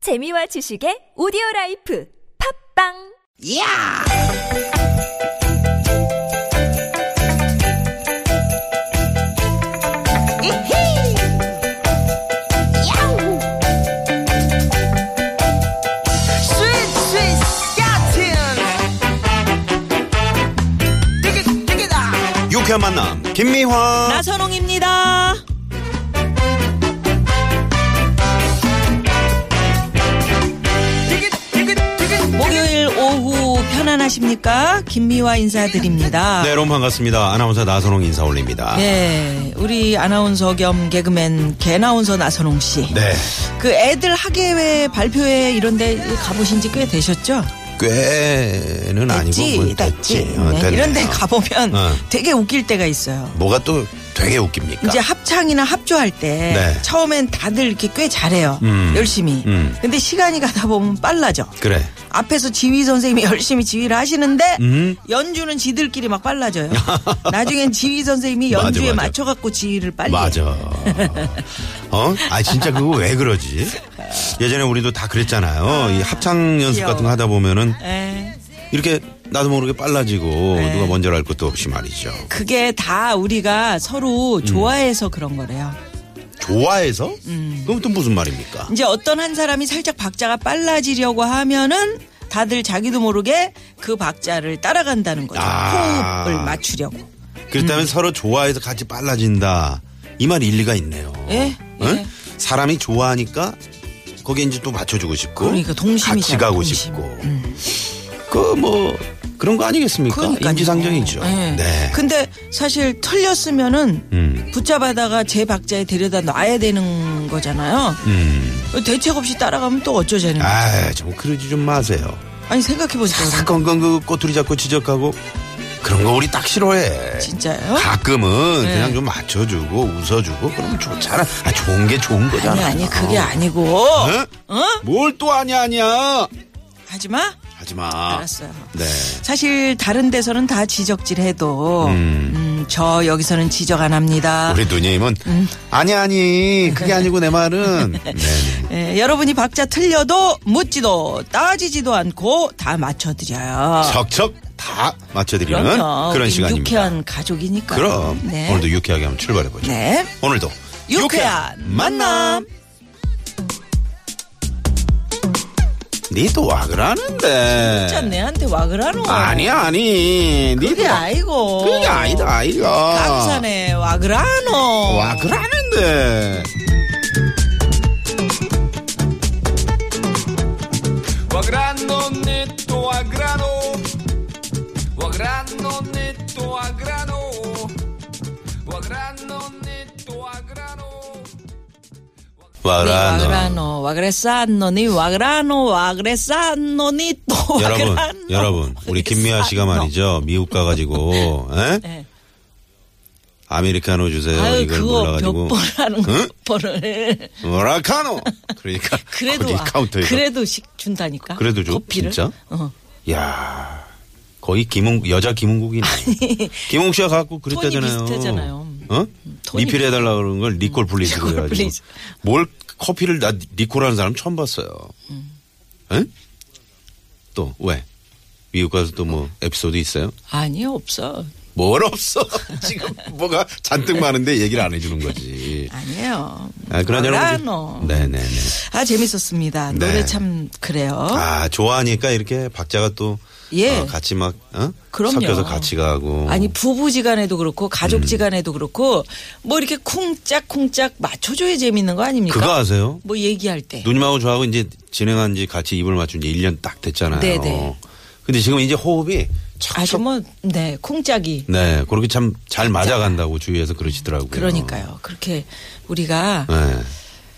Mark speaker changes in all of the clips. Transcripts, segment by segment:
Speaker 1: 재미와 지식의 오디오 라이프 팝빵
Speaker 2: 이야! 이히! 야우! 스윗, 스윗, 야틴! 되게, 되게다!
Speaker 3: 유쾌한 만남 김미화
Speaker 4: 나선홍입니다.
Speaker 2: 되게, 되게, 되게!
Speaker 4: 목요일 오후 편안하십니까? 김미화 인사드립니다.
Speaker 3: 네 여러분 반갑습니다 아나운서 나선홍 인사 올립니다
Speaker 4: 예, 우리 아나운서 겸 개그맨 개나운서 나선홍 씨.
Speaker 3: 네.
Speaker 4: 그 애들 학예회 발표회 이런데 가보신 지 꽤 되셨죠?
Speaker 3: 꽤는 아니고 뭐 됐지 어,
Speaker 4: 네,
Speaker 3: 됐네요.
Speaker 4: 이런데 가보면
Speaker 3: 어.
Speaker 4: 되게 웃길 때가 있어요.
Speaker 3: 뭐가 또 되게 웃깁니까
Speaker 4: 이제 합창이나 합주할 때
Speaker 3: 그러니까 네.
Speaker 4: 처음엔 다들 이렇게 꽤 잘해요.
Speaker 3: 음.
Speaker 4: 열심히.
Speaker 3: 음.
Speaker 4: 근데 시간이 가다 보면 빨라져.
Speaker 3: 그래
Speaker 4: 앞에서 지휘 선생님이 열심히 지휘를 하시는데
Speaker 3: 음.
Speaker 4: 연주는 지들끼리 막 빨라져요. 나중엔 지휘 선생님이
Speaker 3: 맞아,
Speaker 4: 연주에
Speaker 3: 맞아.
Speaker 4: 맞춰 갖고 지휘를 빨리.
Speaker 3: 맞아 어? 아 진짜 그거 왜 그러지 예전에 우리도 다 그랬잖아요 이 합창 연습
Speaker 4: 귀여워.
Speaker 3: 같은 거 하다 보면은
Speaker 4: 예.
Speaker 3: 이렇게 나도 모르게 빨라지고
Speaker 4: 네.
Speaker 3: 누가 먼저 알 것도 없이 말이죠
Speaker 4: 그게 다 우리가 서로
Speaker 3: 음.
Speaker 4: 좋아해서 그런 거래요.
Speaker 3: 좋아해서
Speaker 4: 음.
Speaker 3: 그럼 또 무슨 말입니까
Speaker 4: 이제 어떤 한 사람이 살짝 박자가 빨라지려고 하면은 다들 자기도 모르게 그 박자를 따라간다는 거죠.
Speaker 3: 아.
Speaker 4: 호흡을 맞추려고. 음.
Speaker 3: 그렇다면 서로 좋아해서 같이 빨라진다. 이 말 일리가 있네요.
Speaker 4: 예, 예.
Speaker 3: 응? 사람이 좋아하니까 거기에 이제 또 맞춰주고 싶고.
Speaker 4: 그러니까 동심이잖아,
Speaker 3: 같이 가고
Speaker 4: 동심. 음.
Speaker 3: 싶고. 그 뭐, 그런 거 아니겠습니까?
Speaker 4: 그러니까요.
Speaker 3: 인지상정이죠.
Speaker 4: 예.
Speaker 3: 네.
Speaker 4: 근데 사실 틀렸으면은
Speaker 3: 음.
Speaker 4: 붙잡아다가 제 박자에 데려다 놔야 되는 거잖아요.
Speaker 3: 음.
Speaker 4: 대책 없이 따라가면 또 어쩌자는 거예요.
Speaker 3: 아, 좀 그러지 좀 마세요.
Speaker 4: 아니 생각해보세요.
Speaker 3: 사건 건그 꼬투리 잡고 지적하고 그런 거 우리 딱 싫어해.
Speaker 4: 진짜요?
Speaker 3: 가끔은
Speaker 4: 네.
Speaker 3: 그냥 좀 맞춰주고 웃어주고 그러면 좋잖아. 아, 좋은 게 좋은
Speaker 4: 아니
Speaker 3: 거잖아. 어.
Speaker 4: 아니 그게 아니고 어?
Speaker 3: 뭘 또 아냐 아냐.
Speaker 4: 하지마
Speaker 3: 하지 마.
Speaker 4: 알았어요.
Speaker 3: 네.
Speaker 4: 사실 다른 데서는 다 지적질해도 음, 저 여기서는 지적 안 합니다.
Speaker 3: 우리 누님은
Speaker 4: 음.
Speaker 3: 아니 아니 그게 아니고 내 말은 네네.
Speaker 4: 예, 여러분이 박자 틀려도 묻지도 따지지도 않고 다 맞춰드려요.
Speaker 3: 척척 다 맞춰드리는
Speaker 4: 아. 그럼요.
Speaker 3: 그런
Speaker 4: 그렇죠. 우리
Speaker 3: 시간입니다.
Speaker 4: 유쾌한 가족이니까.
Speaker 3: 그럼
Speaker 4: 네.
Speaker 3: 오늘도 유쾌하게 한번 출발해 보죠.
Speaker 4: 네.
Speaker 3: 오늘도
Speaker 4: 유쾌한 만남.
Speaker 3: 니또 와 그러는데.
Speaker 4: 진짜 내한테 와 그러노.
Speaker 3: 네. 아니 아니. 니도
Speaker 4: 그게
Speaker 3: 와-
Speaker 4: 아니고.
Speaker 3: 그게 아니다 아이가.
Speaker 4: 강산에 와 그러노.
Speaker 3: 와 그러는데.
Speaker 4: 네,
Speaker 5: Wagrano netto a grano. Wagrano netto a grano. Wagrano netto a grano.
Speaker 3: 와
Speaker 4: 네,
Speaker 3: 그러는.
Speaker 4: 와그라노 와그레산노니 와그라노 와그레산노니 또
Speaker 3: 여러분,
Speaker 4: 어, 와그라노
Speaker 3: 여러분, 우리 김미아 씨가
Speaker 4: 와그레산노.
Speaker 3: 말이죠. 미국 가가지고, 에?
Speaker 4: 네.
Speaker 3: 아메리카노 주세요.
Speaker 4: 아유
Speaker 3: 이걸
Speaker 4: 그거 몇
Speaker 3: 몰라가지고.
Speaker 4: 번 하는 거
Speaker 3: 응?
Speaker 4: 몇 번을
Speaker 3: 모라카노. 그러니까
Speaker 4: 그래도
Speaker 3: 거기
Speaker 4: 와.
Speaker 3: 카운터에서
Speaker 4: 그래도 식 준다니까
Speaker 3: 그래도 줘?
Speaker 4: 커피를
Speaker 3: 진짜?
Speaker 4: 어.
Speaker 3: 야 거의 김웅 여자 김웅국이네. 김웅 씨가 갖고 그랬다잖아요.
Speaker 4: 톤이 비슷하잖아요.
Speaker 3: 어?
Speaker 4: 톤이 음,
Speaker 3: 리필 해달라 그런 걸 리콜 플리즈로
Speaker 4: 리콜
Speaker 3: 해가지고
Speaker 4: 플리즈.
Speaker 3: 뭘 커피를 나 리콜하는 사람 처음 봤어요. 응? 또 왜? 미국 가서 또 뭐 에피소드 있어요?
Speaker 4: 아니요 없어
Speaker 3: 뭘 없어? 지금 뭐가 잔뜩 많은데 얘기를 안 해주는 거지.
Speaker 4: 아니에요
Speaker 3: 아, 그런
Speaker 4: 와그라노
Speaker 3: 여러분. 네네네.
Speaker 4: 아 재밌었습니다
Speaker 3: 네.
Speaker 4: 노래 참 그래요
Speaker 3: 아 좋아하니까 이렇게 박자가 또
Speaker 4: 어? 예.
Speaker 3: 어, 같이 막 어?
Speaker 4: 그럼요.
Speaker 3: 섞여서 같이 가고
Speaker 4: 아니 부부지간에도 그렇고
Speaker 3: 음.
Speaker 4: 가족지간에도 그렇고 뭐 이렇게 쿵짝쿵짝 맞춰줘야 재밌는 거 아닙니까?
Speaker 3: 그거 아세요?
Speaker 4: 뭐 얘기할 때.
Speaker 3: 누님하고 저하고 이제 진행한 지 같이 입을 맞춘 지 1년 딱 됐잖아요.
Speaker 4: 네네.
Speaker 3: 근데 지금 이제 호흡이
Speaker 4: 아주
Speaker 3: 척척
Speaker 4: 뭐 네 쿵짝이.
Speaker 3: 네 그렇게 참 잘 맞아간다고 주위에서 그러시더라고요. 음.
Speaker 4: 그러니까요. 그렇게 우리가
Speaker 3: 네.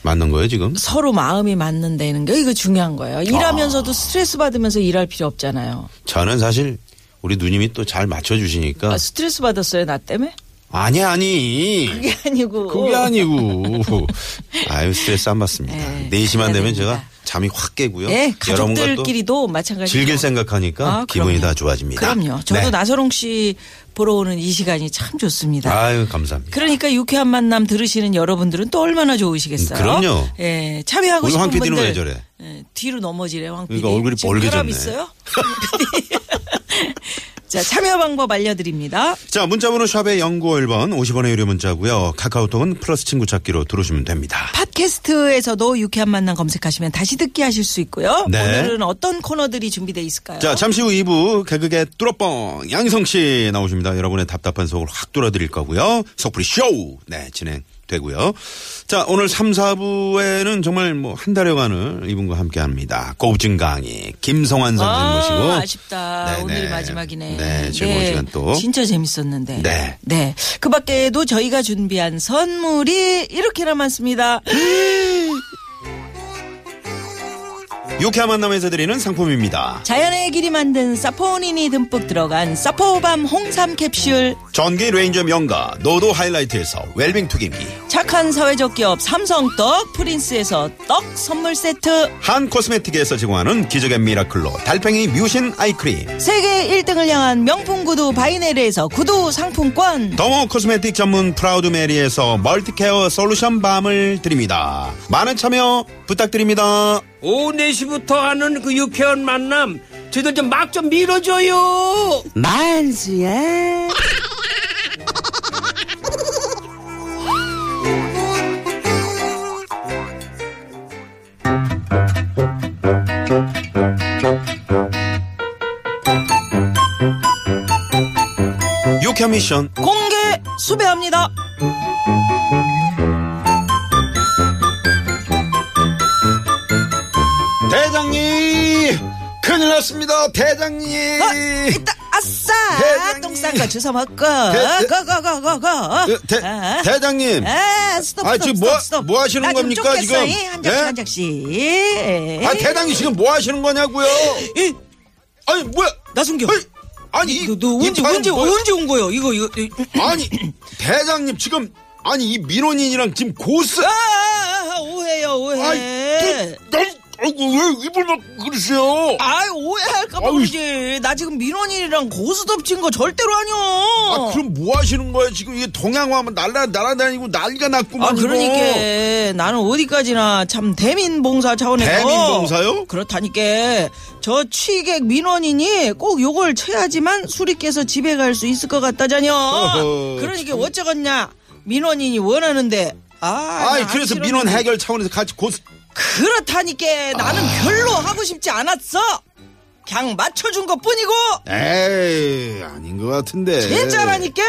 Speaker 3: 맞는 거예요 지금?
Speaker 4: 서로 마음이 맞는다는 게 이거 중요한 거예요.
Speaker 3: 아.
Speaker 4: 일하면서도 스트레스 받으면서 일할 필요 없잖아요.
Speaker 3: 저는 사실 우리 누님이 또 잘 맞춰주시니까
Speaker 4: 아, 스트레스 받았어요 나 때문에?
Speaker 3: 아니 아니
Speaker 4: 그게 아니고.
Speaker 3: 그게 아니고 아유 스트레스 안 받습니다.
Speaker 4: 어.
Speaker 3: 4시만
Speaker 4: 네,
Speaker 3: 되면
Speaker 4: 감사드립니다.
Speaker 3: 제가 잠이 확 깨고요.
Speaker 4: 예,
Speaker 3: 여러분과 또
Speaker 4: 가족들끼리도 마찬가지죠.
Speaker 3: 즐길 생각하니까
Speaker 4: 아,
Speaker 3: 기분이
Speaker 4: 그럼요.
Speaker 3: 다 좋아집니다.
Speaker 4: 그럼요. 저도
Speaker 3: 네.
Speaker 4: 나서롱 씨 보러 오는 이 시간이 참 좋습니다.
Speaker 3: 아유 감사합니다.
Speaker 4: 그러니까 유쾌한 만남 들으시는 여러분들은 또 얼마나 좋으시겠어요?
Speaker 3: 음, 그럼요.
Speaker 4: 예, 참여하고
Speaker 3: 우리
Speaker 4: 싶은
Speaker 3: 황 PD는
Speaker 4: 분들.
Speaker 3: 왜 저래?
Speaker 4: 예, 뒤로 넘어지래 황 PD.
Speaker 3: 그러니까 얼굴이
Speaker 4: 지금
Speaker 3: 벌개졌네.
Speaker 4: 혈압 있어요? 자 참여 방법 알려드립니다.
Speaker 3: 자, 문자번호 샵의 0951번 50원의 유료 문자고요. 카카오톡은 플러스 친구 찾기로 들어오시면 됩니다.
Speaker 4: 팟캐스트에서도 유쾌한 만남 검색하시면 다시 듣기 하실 수 있고요.
Speaker 3: 네.
Speaker 4: 오늘은 어떤 코너들이 준비돼 있을까요?
Speaker 3: 자, 잠시 후 2부 개그의 뚜러뻥 양희성 씨 나오십니다. 여러분의 답답한 속을 확 뚫어드릴 거고요. 속풀이 쇼! 네, 진행되고요. 자, 오늘 3, 4부에는 정말 뭐 한 달여간을 이분과 함께 합니다. 고급진 강의, 김성환 선생님
Speaker 4: 아,
Speaker 3: 모시고.
Speaker 4: 아쉽다.
Speaker 3: 네네.
Speaker 4: 오늘이 마지막이네.
Speaker 3: 네, 즐거운 시간 또.
Speaker 4: 진짜 재밌었는데.
Speaker 3: 네.
Speaker 4: 네. 그 밖에도 저희가 준비한 선물이 이렇게나 많습니다.
Speaker 3: 유쾌한 만남에서 드리는 상품입니다.
Speaker 4: 자연의 길이 만든 사포닌이 듬뿍 들어간 사포밤 홍삼 캡슐.
Speaker 3: 전기 레인저 명가, 노도 하이라이트에서 웰빙 튀김기,
Speaker 4: 착한 사회적 기업 삼성떡 프린스에서 떡 선물 세트.
Speaker 3: 한 코스메틱에서 제공하는 기적의 미라클로 달팽이 뮤신 아이크림,
Speaker 4: 세계 1등을 향한 명품 구두 바이네르에서 구두 상품권.
Speaker 3: 더모 코스메틱 전문 프라우드 메리에서 멀티케어 솔루션 밤을 드립니다. 많은 참여 부탁드립니다.
Speaker 6: 오후 4시부터 하는 그 유쾌한 만남 저희들 좀 막 좀 밀어줘요
Speaker 3: 유쾌 미션.
Speaker 4: 공개 수배합니다. 어,
Speaker 3: 대장님! 큰일 났습니다, 대장님!
Speaker 4: 아, 이따 아싸
Speaker 3: 대장님.
Speaker 4: 똥 싼 거 주워 먹고
Speaker 3: 대-
Speaker 4: 고고고고고
Speaker 3: 예, 대,
Speaker 4: 아,
Speaker 3: 대장님!
Speaker 4: 아 스톱
Speaker 3: 아,
Speaker 4: 스톱
Speaker 3: 지금
Speaker 4: 스톱
Speaker 3: 뭐-
Speaker 4: 스톱
Speaker 3: 뭐 하시는
Speaker 4: 나좀
Speaker 3: 겁니까,
Speaker 4: 쫓겠어,
Speaker 3: 지금?
Speaker 4: 이? 한 장씩
Speaker 3: 예?
Speaker 4: 한 장씩
Speaker 3: 아, 대장님 지금 뭐 하시는 거냐고요?
Speaker 4: 이,
Speaker 3: 아니, 뭐야!
Speaker 4: 나순경
Speaker 3: 어이, 아니, 이,
Speaker 4: 너, 너
Speaker 3: 이
Speaker 4: 언제
Speaker 3: 방금
Speaker 4: 언제
Speaker 3: 뭐야?
Speaker 4: 언제 온 거예요 이거 이거 이-
Speaker 3: 아니, 대장님 지금, 아니, 이 민원인이랑 지금 고스,
Speaker 4: 아, 아, 아, 오해요
Speaker 3: 아이,
Speaker 4: 오해
Speaker 3: 난, 아이고, 왜 입을 막 그러세요?
Speaker 4: 아 오해할까봐
Speaker 3: 아우,
Speaker 4: 그러지 나 지금 민원인이랑 고스 덮친 거 절대로 아니야 어.
Speaker 3: 아, 그럼 뭐 하시는 거예요? 지금 이게 동양화면 날라, 날아다니고 난리가 났구만.
Speaker 4: 아,
Speaker 3: 이거.
Speaker 4: 그러니까 나는 어디까지나 참 대민 봉사 차원에서
Speaker 3: 대민 봉사요?
Speaker 4: 그렇다니까 저 취객 민원인이 꼭 요걸 쳐야지만 수리께서 집에 갈 수 있을 것 같다자녀.
Speaker 3: 어허,
Speaker 4: 그러니까 어쩌겠냐 민원인이 원하는데 아,
Speaker 3: 아이,
Speaker 4: 나
Speaker 3: 그래서
Speaker 4: 안
Speaker 3: 민원
Speaker 4: 싫었는데.
Speaker 3: 해결 차원에서 같이 고스.
Speaker 4: 그렇다니까 나는 별로 하고 싶지 않았어. 그냥 맞춰준 것 뿐이고
Speaker 3: 에이, 아닌 것 같은데.
Speaker 4: 괜찮아니까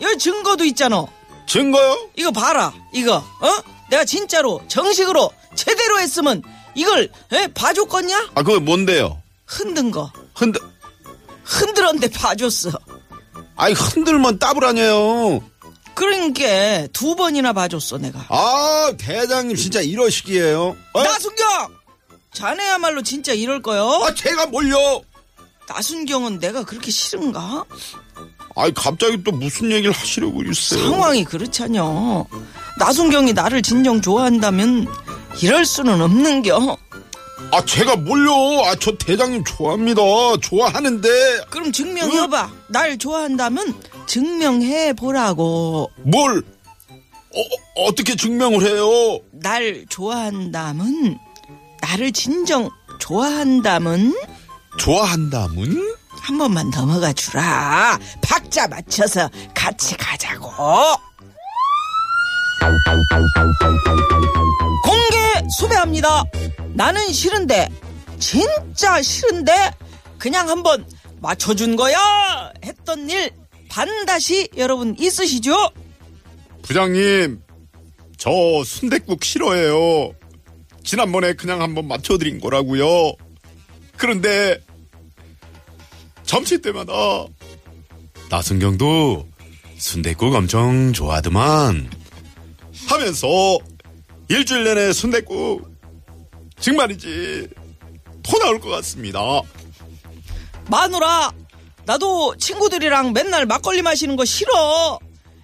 Speaker 4: 여기 증거도 있잖아.
Speaker 3: 증거요?
Speaker 4: 이거 봐라 이거 어 내가 진짜로 정식으로 제대로 했으면 이걸 에? 봐줬겠냐
Speaker 3: 아, 그거 뭔데요?
Speaker 4: 흔든 거
Speaker 3: 흔들,
Speaker 4: 흔들었는데 봐줬어
Speaker 3: 아이, 흔들면 따불하네요.
Speaker 4: 그러니까 두 번이나 봐줬어 내가
Speaker 3: 아, 대장님 진짜 이러시기에요. 어?
Speaker 4: 나순경 자네야말로 진짜 이럴 거요
Speaker 3: 아, 제가 뭘요?
Speaker 4: 나순경은 내가 그렇게 싫은가
Speaker 3: 아이, 갑자기 또 무슨 얘기를 하시려고 그랬어요?
Speaker 4: 상황이 그렇잖여 나순경이 나를 진정 좋아한다면 이럴 수는 없는겨
Speaker 3: 아, 제가 뭘요? 아, 저 대장님 좋아합니다. 좋아하는데.
Speaker 4: 그럼 증명해봐 날 좋아한다면 증명해 보라고
Speaker 3: 뭘? 어, 어떻게 증명을 해요?
Speaker 4: 날 좋아한다면 나를 진정 좋아한다면
Speaker 3: 좋아한다문?
Speaker 4: 한 번만 넘어가 주라 박자 맞춰서 같이 가자고 공개 수배합니다 나는 싫은데 진짜 싫은데 그냥 한번 맞춰준 거야 했던 일 반드시 여러분 있으시죠
Speaker 7: 부장님, 저 순댓국 싫어해요. 지난번에 그냥 한번 맞춰드린 거라고요. 그런데 점심 때마다
Speaker 3: 나순경도 순대국 엄청 좋아하더만.
Speaker 7: 하면서 일주일 내내 순댓국 정말이지 토 나올 것 같습니다.
Speaker 4: 마누라 나도 친구들이랑 맨날 막걸리 마시는 거 싫어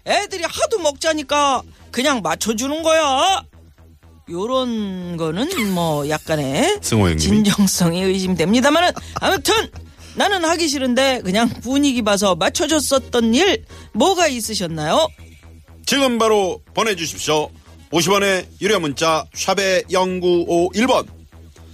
Speaker 4: 애들이 하도 먹자니까 그냥 맞춰주는 거야 요런 거는 뭐 약간의
Speaker 3: 승호 형님이?
Speaker 4: 진정성이 의심됩니다만은 아무튼 나는 하기 싫은데 그냥 분위기 봐서 맞춰줬었던 일 뭐가 있으셨나요?
Speaker 3: 지금 바로 보내주십시오. 50원의 유료 문자 샵의 0951번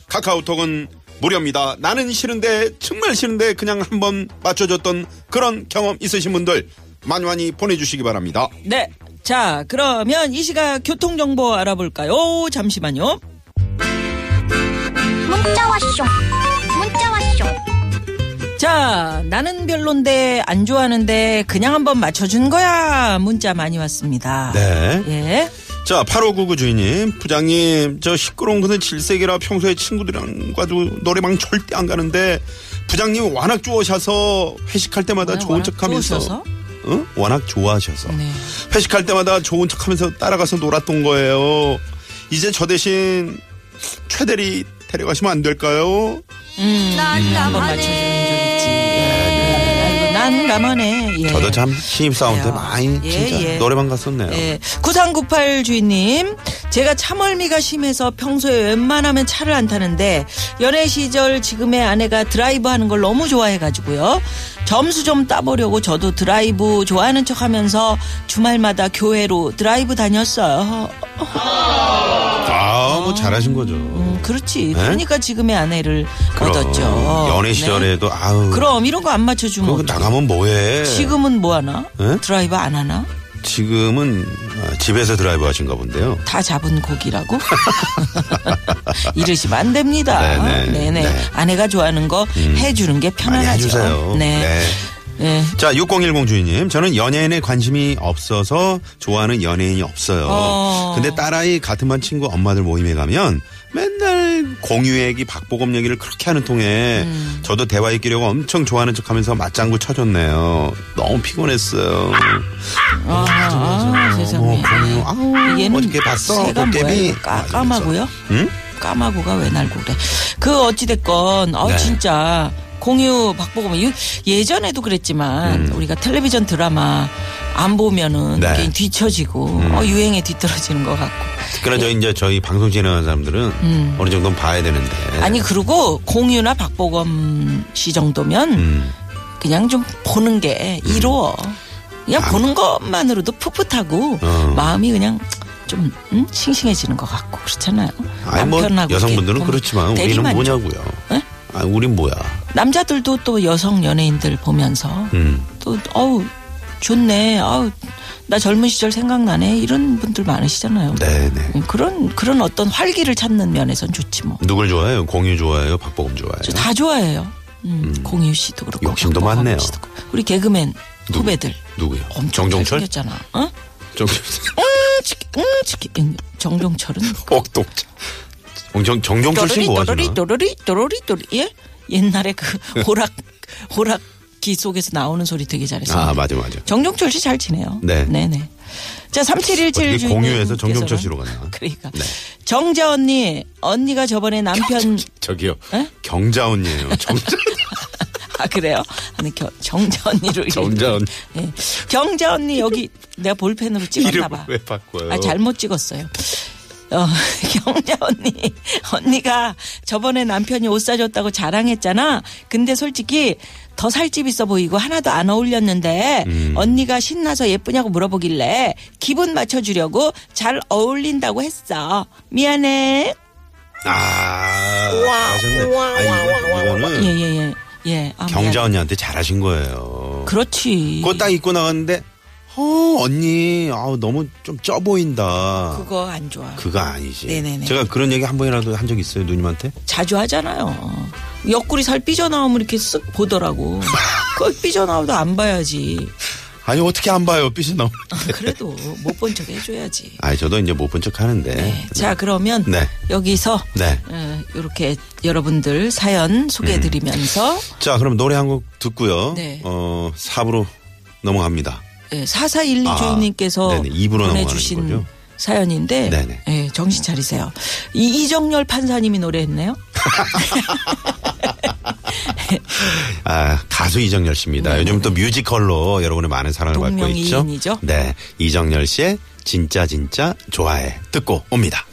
Speaker 3: 카카오톡은 무료입니다. 나는 싫은데 정말 싫은데 그냥 한번 맞춰줬던 그런 경험 있으신 분들 많이 많이 보내주시기 바랍니다.
Speaker 4: 네. 자, 그러면 이 시각 교통정보 알아볼까요? 잠시만요.
Speaker 8: 문자 왔쇼 문자 왔쇼
Speaker 4: 자, 나는 별론데 안 좋아하는데 그냥 한번 맞춰준 거야. 문자 많이 왔습니다.
Speaker 3: 네.
Speaker 4: 예.
Speaker 3: 자, 8599 주인님, 부장님, 저 시끄러운 그는 질색이라 평소에 친구들이랑 가지고 노래방 절대 안 가는데 부장님이 워낙 좋아하셔서 회식할 때마다
Speaker 4: 왜
Speaker 3: 좋은
Speaker 4: 워낙
Speaker 3: 척하면서,
Speaker 4: 좋으셔서?
Speaker 3: 응? 워낙 좋아하셔서
Speaker 4: 네.
Speaker 3: 회식할 때마다 좋은 척하면서 따라가서 놀았던 거예요. 이제 저 대신 최 대리 데려가시면 안 될까요?
Speaker 4: 한번 맞춰준 적 있지. 아이고, 난감하네. 예.
Speaker 3: 저도 참 신입사원 때
Speaker 4: 야.
Speaker 3: 많이
Speaker 4: 예,
Speaker 3: 진짜
Speaker 4: 예.
Speaker 3: 노래방 갔었네요.
Speaker 4: 예. 9398 주인님, 제가 차멀미가 심해서 평소에 웬만하면 차를 안 타는데 연애 시절 지금의 아내가 드라이브 하는 걸 너무 좋아해가지고요. 점수 좀 따보려고 저도 드라이브 좋아하는 척 하면서 주말마다 교회로 드라이브 다녔어요.
Speaker 3: 아,
Speaker 4: 어.
Speaker 3: 뭐 잘하신 거죠.
Speaker 4: 음, 그렇지. 그러니까 지금의 아내를 얻었죠.
Speaker 3: 네? 연애
Speaker 4: 네.
Speaker 3: 시절에도 아우.
Speaker 4: 그럼 이런 거 안
Speaker 3: 그거
Speaker 4: 맞춰주면 어떡해.
Speaker 3: 나가면 뭐해?
Speaker 4: 지금은 뭐 하나?
Speaker 3: 네?
Speaker 4: 드라이브 안 하나?
Speaker 3: 지금은 아, 집에서 드라이브 하신가 본데요.
Speaker 4: 다 잡은 고기라고? 이러시면 안 됩니다.
Speaker 3: 네네. 네. 음.
Speaker 4: 아내가 좋아하는 거 해주는 게 편안하죠.
Speaker 3: 많이 해주세요.
Speaker 4: 네. 네.
Speaker 3: 자, 6010 주인님. 저는 연예인에 관심이 없어서 좋아하는 연예인이 없어요.
Speaker 4: 어.
Speaker 3: 근데 딸아이 같은 반 친구 엄마들 모임에 가면 맨날 공유 얘기, 박보검 얘기를 그렇게 하는 통에
Speaker 4: 음.
Speaker 3: 저도 대화 이끼려고 엄청 좋아하는 척 하면서 맞장구 쳐줬네요. 너무 피곤했어요. 음. 뭐
Speaker 4: 아, 아, 세상에.
Speaker 3: 아우,
Speaker 4: 얘는
Speaker 3: 어떻게 봤어? 그 아,
Speaker 4: 새가
Speaker 3: 도깨비.
Speaker 4: 뭐야? 까, 까마고요?
Speaker 3: 응?
Speaker 4: 까마고가 왜 날고 그래? 그 어찌됐건, 어,
Speaker 3: 네.
Speaker 4: 진짜. 공유 박보검 유- 예전에도 그랬지만 우리가 텔레비전 드라마 안 보면은
Speaker 3: 음. 네. 음.
Speaker 4: 이게 뒤처지고 어, 유행에 뒤떨어지는 것 같고
Speaker 3: 그러나 저희 이제 저희 방송 진행하는 사람들은 어느 정도는 봐야 되는데.
Speaker 4: 음. 아니 그리고 공유나 박보검 씨 정도면
Speaker 3: 음.
Speaker 4: 그냥 좀 보는 게 이로워. 그냥 보는 것만으로도 풋풋하고
Speaker 3: 아. 어.
Speaker 4: 마음이 그냥 좀 음? 싱싱해지는 것 같고 그렇잖아요.
Speaker 3: 아니 뭐
Speaker 4: 남편하고
Speaker 3: 여성분들은
Speaker 4: 이렇게
Speaker 3: 그렇지만
Speaker 4: 보면
Speaker 3: 우리는
Speaker 4: 대리만족.
Speaker 3: 뭐냐고요.
Speaker 4: 에?
Speaker 3: 아, 우린 뭐야.
Speaker 4: 남자들도 또 여성 연예인들 보면서
Speaker 3: 음.
Speaker 4: 또 어우 좋네. 어우 나 젊은 시절 생각나네. 이런 분들 많으시잖아요.
Speaker 3: 네네.
Speaker 4: 음, 그런 그런 어떤 활기를 찾는 면에선 좋지 뭐.
Speaker 3: 누굴 좋아해요? 공유 좋아해요? 박보검 좋아해요?
Speaker 4: 저 다 좋아해요. 음, 공유 씨도 그렇고
Speaker 3: 욕심도
Speaker 4: 박보검
Speaker 3: 많네요.
Speaker 4: 씨도 그렇고. 우리 개그맨
Speaker 3: 누구?
Speaker 4: 후배들
Speaker 3: 누구요?
Speaker 4: 엄청
Speaker 3: 정종철?
Speaker 4: 잘생겼잖아. 어?
Speaker 3: 정종철.
Speaker 4: 치킨, 음, 치킨. 정종철은
Speaker 3: 옥동자. 어, 정, 정종철 씨는 예.
Speaker 4: 또로리
Speaker 3: 뭐 하시나?
Speaker 4: 또로리 또로리 또로리 또로리 예? 옛날에 그 호락 호락기 속에서 나오는 소리 되게 잘했어요.
Speaker 3: 아, 맞아, 맞아.
Speaker 4: 정종철 씨 잘 지내요.
Speaker 3: 네.
Speaker 4: 네네. 자, 3717
Speaker 3: 어떻게
Speaker 4: 주인님.
Speaker 3: 공유해서 정종철 씨로 갔나? 네.
Speaker 4: 그러니까. 정자 언니, 언니가 저번에 남편
Speaker 3: 저기요.
Speaker 4: 에?
Speaker 3: 경자 언니예요. 정자.
Speaker 4: 아 그래요? 아니 겨, 정자 언니로
Speaker 3: 정자 언니.
Speaker 4: 예. 경자 언니 여기 내가 볼펜으로 찍었나 봐.
Speaker 3: 이름을 왜 바꿔요?
Speaker 4: 아 잘못 찍었어요. 어, 경자 언니 언니가 저번에 남편이 옷 사줬다고 자랑했잖아. 근데 솔직히 더 살집 있어 보이고 하나도 안 어울렸는데
Speaker 3: 음.
Speaker 4: 언니가 신나서 예쁘냐고 물어보길래 기분 맞춰주려고 잘 어울린다고 했어. 미안해.
Speaker 3: 아, 잘하셨네. 아니, 이거- 이거는
Speaker 4: 예예예 예. 예. 아,
Speaker 3: 음. 경자
Speaker 4: 미안.
Speaker 3: 언니한테 잘하신 거예요.
Speaker 4: 그렇지.
Speaker 3: 그거 딱 입고 나갔는데, 어, 언니, 아우, 너무 좀 쪄 보인다.
Speaker 4: 그거 안 좋아.
Speaker 3: 그거 아니지.
Speaker 4: 네네네.
Speaker 3: 제가 그런 얘기 한 번이라도 한 적 있어요, 누님한테?
Speaker 4: 자주 하잖아요. 옆구리 살 삐져나오면 이렇게 쓱 보더라고. 그걸 삐져나오도 안 봐야지.
Speaker 3: 아니, 어떻게 안 봐요, 삐이 나오
Speaker 4: 아, 그래도 못 본 척 해줘야지.
Speaker 3: 아니, 저도 이제 못 본 척 하는데.
Speaker 4: 네. 자, 그러면
Speaker 3: 네.
Speaker 4: 여기서
Speaker 3: 네.
Speaker 4: 이렇게 여러분들 사연 소개해드리면서
Speaker 3: 자, 그럼 노래 한 곡 듣고요.
Speaker 4: 네.
Speaker 3: 어, 4부로 넘어갑니다.
Speaker 4: 예, 4412
Speaker 3: 아,
Speaker 4: 주인님께서
Speaker 3: 네네, 입으로 넘어가는 거죠?
Speaker 4: 보내주신 사연인데
Speaker 3: 네네.
Speaker 4: 예, 정신 차리세요. 이, 이정열 판사님이 노래했네요.
Speaker 3: 아, 가수 이정열 씨입니다.
Speaker 4: 네.
Speaker 3: 요즘 또 뮤지컬로 여러분의 많은 사랑을 받고 있죠.
Speaker 4: 동명이인이죠?
Speaker 3: 네. 이정열 씨의 진짜 진짜 좋아해 듣고 옵니다.